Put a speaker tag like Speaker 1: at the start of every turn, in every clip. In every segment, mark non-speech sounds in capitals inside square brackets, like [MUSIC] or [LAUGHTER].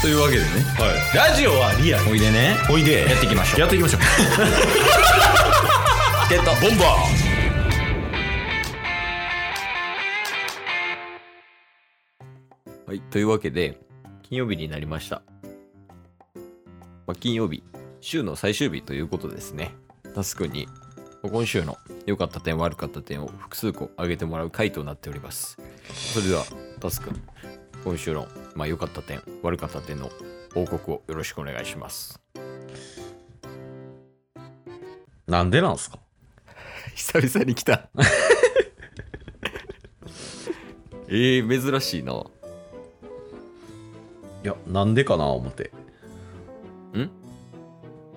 Speaker 1: というわけでね
Speaker 2: はい、ラジオはリアル
Speaker 1: おいでね
Speaker 2: おいで
Speaker 1: やっていきましょう
Speaker 2: やっていきましょう
Speaker 1: [LAUGHS] ゲット
Speaker 2: ボンバ
Speaker 1: はいというわけで金曜日になりました、まあ、金曜日週の最終日ということですねタスクに今週の良かった点悪かった点を複数個挙げてもらう回となっておりますそれではタスク今週のまあ良かった点悪かった点の報告をよろしくお願いします
Speaker 2: ーなんでなんすか
Speaker 1: 久々に来た [LAUGHS] えー、珍しいない
Speaker 2: やなんでかな思って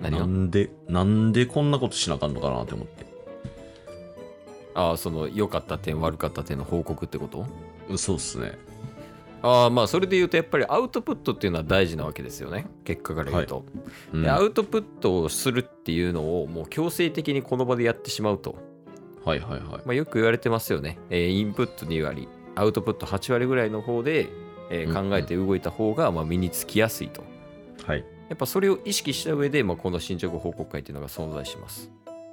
Speaker 1: 何
Speaker 2: な
Speaker 1: が
Speaker 2: んでなんでこんなことしなあかんのかなって思って
Speaker 1: ああその良かった点悪かった点の報告ってこと
Speaker 2: うんそうっすね
Speaker 1: ああまあそれで言うとやっぱりアウトプットっていうのは大事なわけですよね結果から言うと、
Speaker 2: うん
Speaker 1: でア
Speaker 2: は
Speaker 1: ウトプットをするっていうのをもう強制的にこの場でやってしまうと、
Speaker 2: いはいはい
Speaker 1: まあ、よく言われてますよね、えーインプット2割アウトプット8割ぐらいの方で、えー
Speaker 2: うんうん
Speaker 1: 考えて動いた方がまあ身につきやすいと
Speaker 2: はい
Speaker 1: やっぱそれを意識した上で、まあ、この進捗報告会っていうのが存在します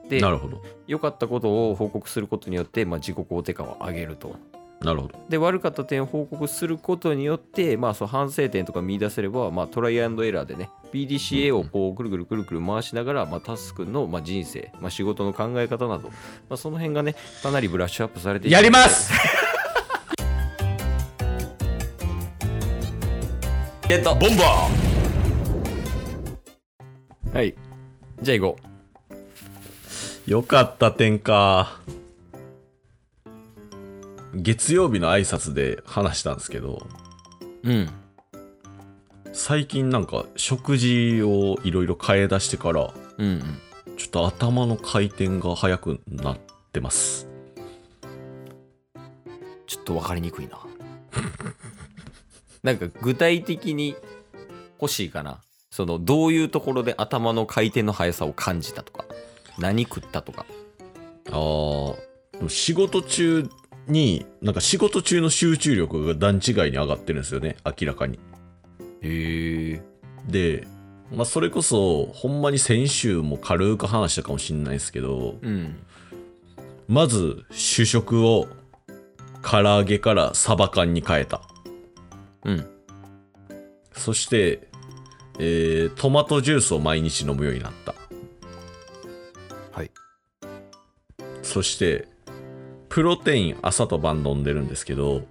Speaker 1: で
Speaker 2: なるほど
Speaker 1: 良かったことを報告することによって、まあ、自己肯定感を上げると
Speaker 2: なるほど
Speaker 1: で悪かった点を報告することによって、まあ、そう反省点とか見出せれば、まあ、トライアンドエラーでね PDCA をこうぐるぐるぐるぐる回しながら、まあ、タスクの、まあ、人生、まあ、仕事の考え方など、まあ、その辺がねかなりブラッシュアップされていく
Speaker 2: ます
Speaker 1: ゲット
Speaker 2: ボンバ
Speaker 1: はいじゃあ行こ
Speaker 2: ーよかった点か月曜日の挨拶で話したんですけど
Speaker 1: ううん
Speaker 2: 最近なんか食事をいろいろ変え出してから
Speaker 1: うんうん
Speaker 2: ちょっと頭の回転が速くなってます
Speaker 1: ちょっと分かりにくいな [LAUGHS] なんか具体的に欲しいかなそのどういうところで頭の回転の速さを感じたとか何食ったとか
Speaker 2: あーでも仕事中になんか仕事中の集中力が段違いに上がってるんですよね明らかに
Speaker 1: へえ
Speaker 2: で、まあ、それこそほんまに先週も軽く話したかもしんないですけど
Speaker 1: うん
Speaker 2: まず主食を唐揚げからサバ缶に変えた
Speaker 1: うん
Speaker 2: そして、えートマトジュースを毎日飲むようになった
Speaker 1: はい
Speaker 2: そしてプロテイン朝と晩飲んでるんですけど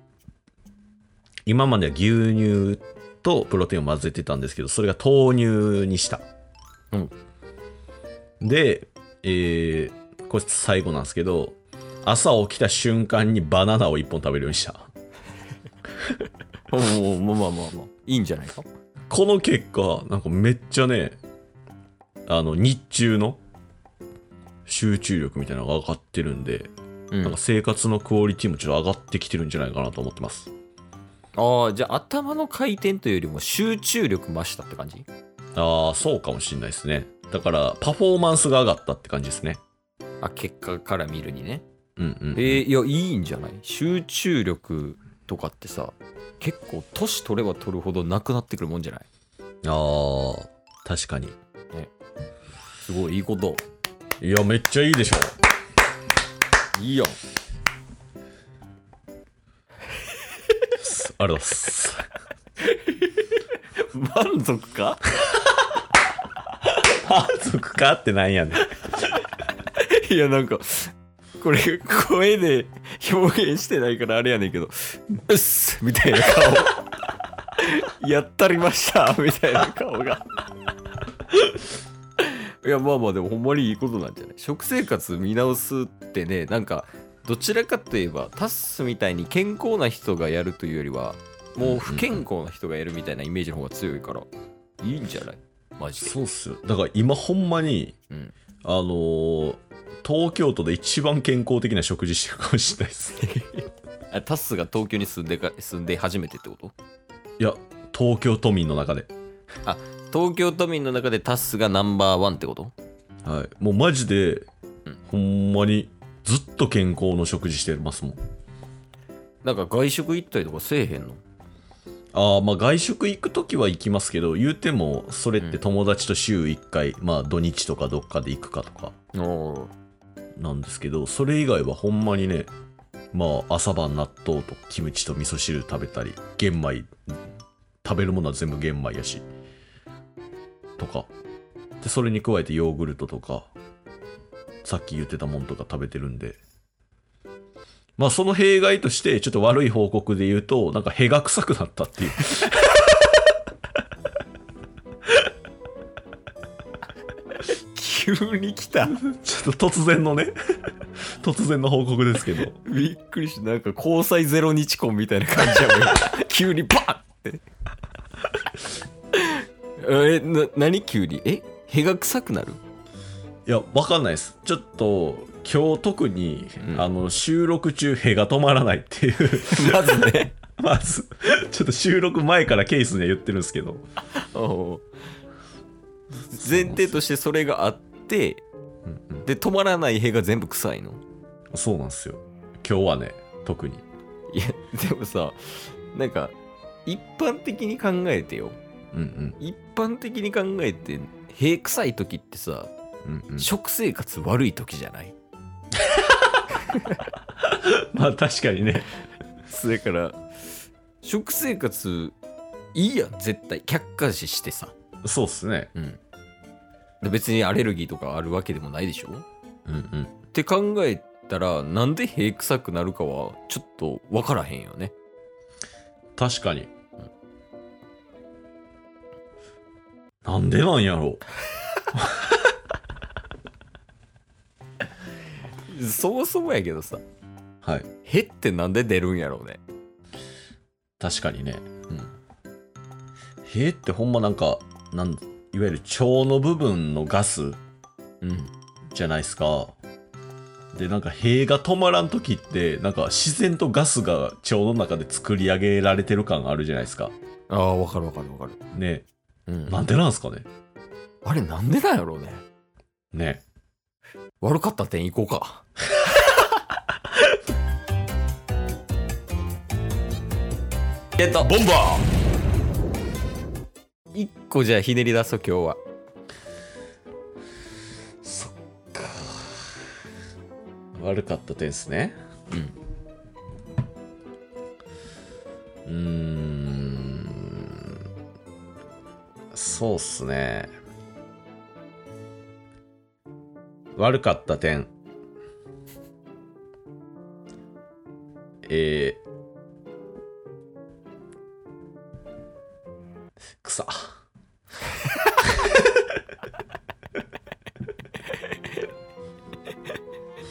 Speaker 2: 今までは牛乳とプロテインを混ぜてたんですけどそれが豆乳にした
Speaker 1: うん
Speaker 2: で、えーこれ最後なんですけど朝起きた瞬間にバナナを1本食べるようにした
Speaker 1: おおまあまあまあまあいいんじゃないか
Speaker 2: この結果なんかめっちゃねあの日中の集中力みたいなのが上がってるんで、
Speaker 1: うん
Speaker 2: なんか生活のクオリティもちょっと上がってきてるんじゃないかなと思ってます
Speaker 1: ああじゃあ頭の回転というよりも集中力増したって感じ
Speaker 2: ああそうかもしれないですねだからパフォーマンスが上がったって感じですね
Speaker 1: あ結果から見るにね
Speaker 2: うんうん、
Speaker 1: えー、いやいいんじゃない集中力とかってさ結構年取れば取るほどなくなってくるもんじゃない
Speaker 2: ああ確かに
Speaker 1: すごいいいこと
Speaker 2: いやめっちゃいいでしょ
Speaker 1: いいやん
Speaker 2: ありがとうございます [LAUGHS]
Speaker 1: 満足か
Speaker 2: 満足かってなんやねん
Speaker 1: いやなんかこれ声で表現してないからあれやねんけど「うっす」みたいな顔やったりましたみたいな顔がいやまあまあでもほんまにいいことなんじゃない食生活見直すってねなんかどちらかといえばタッスみたいに健康な人がやるというよりはもう不健康な人がやるみたいなイメージの方が強いからいいんじゃないマジで
Speaker 2: そうっすよだから今ほんまに
Speaker 1: うん
Speaker 2: あのー東京都で一番健康的な食事してるかもしれない
Speaker 1: [LAUGHS]
Speaker 2: ですね
Speaker 1: あタッスが東京に住んでか住んで初めてってこと
Speaker 2: いや東京都民の中で
Speaker 1: 東京都民の中でタスがナンバーワンってこと
Speaker 2: はいもうマジで、
Speaker 1: うん
Speaker 2: ほんまにずっと健康の食事してますもん
Speaker 1: なんか外食行ったりとかせえへんの
Speaker 2: ああ、まあ外食行くときは行きますけど、言うても、それって友達と週1回、まあ土日とかどっかで行くかとか
Speaker 1: お
Speaker 2: なんですけど、それ以外はほんまにね、まあ朝晩納豆とキムチと味噌汁食べたり、玄米、食べるものは全部玄米やし、とか。で、それに加えてヨーグルトとか、さっき言ってたもんとか食べてるんで。まあその弊害として、ちょっと悪い報告で言うと、なんか屁が臭くなったっていう。 [LAUGHS]
Speaker 1: 急に来た [LAUGHS]
Speaker 2: ちょっと突然のね、 [LAUGHS] 突然の報告ですけど。
Speaker 1: びっくりしたなんか交際ゼロ日婚みたいな感じや [LAUGHS] もん急にバンって [LAUGHS] えな何急にえ屁が臭くな [LAUGHS] る
Speaker 2: いや、わかんないです。ちょっと、今日特に、
Speaker 1: うん
Speaker 2: あの、収録中、屁が止まらないっていう、 [LAUGHS]
Speaker 1: まずね
Speaker 2: まず、ちょっと収録前からケースには言ってるんですけど。
Speaker 1: おう前提としてそれがあって
Speaker 2: うんうん
Speaker 1: で止まらない屁が全部臭いの
Speaker 2: そうなんですよ。今日はね、特に。
Speaker 1: いやでもさなんか一般的に考えてよ
Speaker 2: うん
Speaker 1: 一般的に考えて屁臭い時ってさ、
Speaker 2: うん。うんうん、
Speaker 1: 食生活悪い時じゃない
Speaker 2: [LAUGHS] まあ、確かにね。
Speaker 1: それから食生活いいやん絶対客観視してさ、
Speaker 2: そうっすね。
Speaker 1: うん、で別にアレルギーとかあるわけでもないでしょ
Speaker 2: うんうん。
Speaker 1: って考えたらなんで屁臭くなるかはちょっと分からへんよね
Speaker 2: 確かに。なんでなんやろ
Speaker 1: そもそもやけどさ
Speaker 2: う。はい。
Speaker 1: 屁ってなんで出るんやろうね
Speaker 2: 確かにね。へえってほんまなんかなんいわゆる腸の部分のガス
Speaker 1: うん、うん、
Speaker 2: じゃないですかでなんか塀が止まらん時ってなんか自然とガスが腸の中で作り上げられてる感あるじゃないですか
Speaker 1: ああ分かる分かる分かる
Speaker 2: ね
Speaker 1: うん
Speaker 2: なんでなんすかね
Speaker 1: あれなんでなんやろうね
Speaker 2: ね
Speaker 1: 悪かった点行こう [LAUGHS] か。えっと、ボンバー一個じゃあひねり出そう今日は。
Speaker 2: そっか悪かった点ですね
Speaker 1: うん。
Speaker 2: うーんそうっすね悪かった点えー、草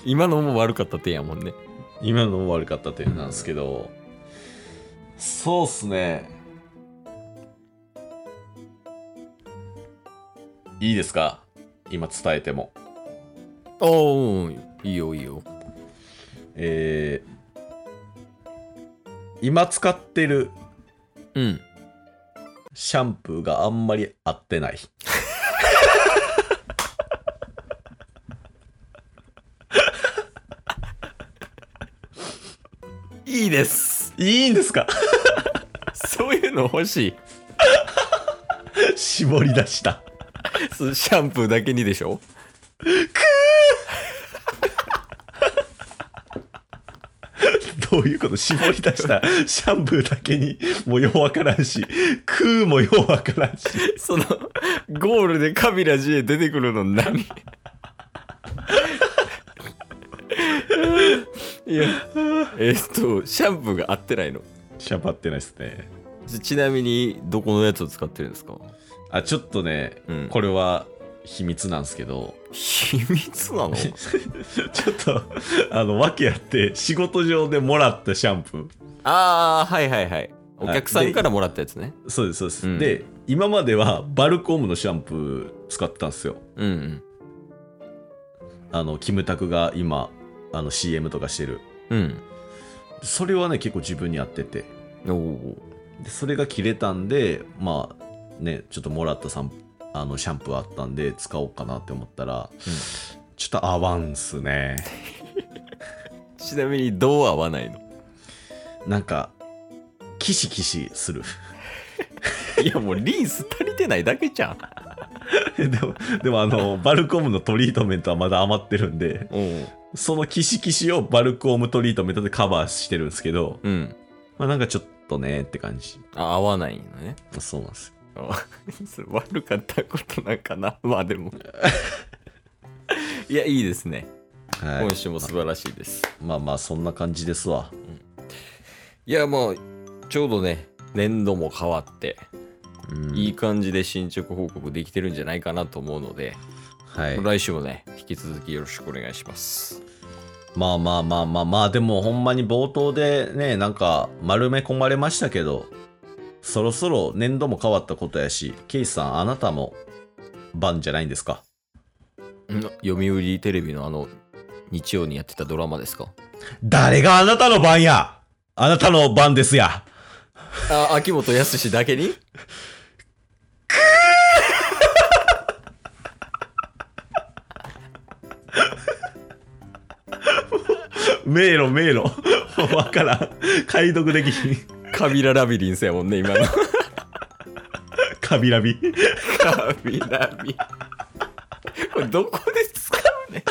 Speaker 1: 今のも悪かった点やもんね。
Speaker 2: 今のも悪かった点なんですけどそうっすねいいですか今伝えても
Speaker 1: ああ、うんいいよいいよ。
Speaker 2: えー今使ってる
Speaker 1: うん。
Speaker 2: シャンプーがあんまり合ってない。
Speaker 1: いいです。
Speaker 2: いいんですか
Speaker 1: [LAUGHS]
Speaker 2: [LAUGHS]
Speaker 1: そういうの欲 [LAUGHS] しい。
Speaker 2: 絞り出した。
Speaker 1: そうシャンプーだけにでしょ
Speaker 2: どういうこと絞り出したシャンプーだけにもうようわからんし、食うもようわからんし。
Speaker 1: その、ゴールでカビラ J 出てくるの何いや、えっと、シャンプーが合ってないの。
Speaker 2: シャンプー合ってないですね。
Speaker 1: ちちなみに、どこのやつを使ってるんですか
Speaker 2: あ、ちょっとね、
Speaker 1: うん
Speaker 2: これは秘密なんですけど、
Speaker 1: 秘密なの
Speaker 2: [LAUGHS] ちょっと、あの、訳あって、仕事上でもらったシャンプー。
Speaker 1: ああ、はいはいはい。お客さ
Speaker 2: あ
Speaker 1: ん
Speaker 2: で
Speaker 1: からもらったやつね。
Speaker 2: そうです、そうです。
Speaker 1: うん
Speaker 2: で、今まではバルコムのシャンプー使ってたんですよ。
Speaker 1: うんうん。
Speaker 2: あの、キムタクが今、あの CM とかしてる。
Speaker 1: うん。
Speaker 2: それはね、結構自分に合ってて。
Speaker 1: おお。
Speaker 2: で、それが切れたんで、まあ、ね、ちょっともらったサンあのシャンプーあったんで、使おうかなって思ったら、ちょっと合わんっすね。
Speaker 1: ちなみに、どう合わないの
Speaker 2: なんか、キシキシする。
Speaker 1: いやもうリンス足りてないだけじゃん。
Speaker 2: [LAUGHS] でも、でもあの、バルコムのトリートメントはまだ余ってるんで、
Speaker 1: うん。
Speaker 2: そのキシキシをバルコムトリートメントでカバーしてるんですけど、
Speaker 1: うん。
Speaker 2: まあなんかちょっとねって感じ。
Speaker 1: あ合わないのね。
Speaker 2: そうなんですよ。
Speaker 1: あ [LAUGHS] それ悪かったことなんかな。 [LAUGHS] まあでも。いや、いいですね。
Speaker 2: はい。
Speaker 1: 今週も素晴らしいです。
Speaker 2: まあまあそんな感じですわ。
Speaker 1: いや、もう、ちょうどね、年度も変わって、
Speaker 2: うん
Speaker 1: いい感じで進捗報告できてるんじゃないかなと思うので、
Speaker 2: はい。
Speaker 1: 来週もね、引き続きよろしくお願いします。
Speaker 2: まあまあまあまあまあ、でもほんまに冒頭でね、なんか丸め込まれましたけど、そろそろ年度も変わったことやし、ケイさん、あなたも番じゃないんですか
Speaker 1: 読売テレビのあの、日曜にやってたドラマですか
Speaker 2: 誰があなたの番やあなたの番ですや
Speaker 1: あ、秋元康だけに
Speaker 2: 迷路迷路。 [LAUGHS] わからん。解読できひん。
Speaker 1: [LAUGHS] カビララビリンスやもんね、今の。
Speaker 2: カビラビ。
Speaker 1: [LAUGHS] カビラビ。 [LAUGHS] これどこで使うね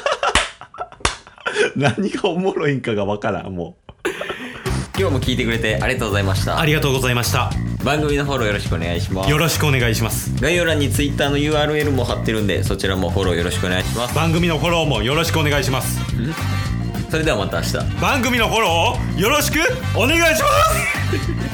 Speaker 2: 何がおもろいんかがわからん、もう。
Speaker 1: 今日も聞いてくれてありがとうございました
Speaker 3: あ。りがとうございました。
Speaker 1: 番組のフォローよろしくお願いします
Speaker 3: よ。ろしくお願いします。
Speaker 1: 概要欄に Twitter の URL も貼ってるんで、そちらもフォローよろしくお願いします。
Speaker 3: 番組のフォローもよろしくお願いします。
Speaker 1: それではまた明日。
Speaker 3: 番組のフォローをよろしくお願いします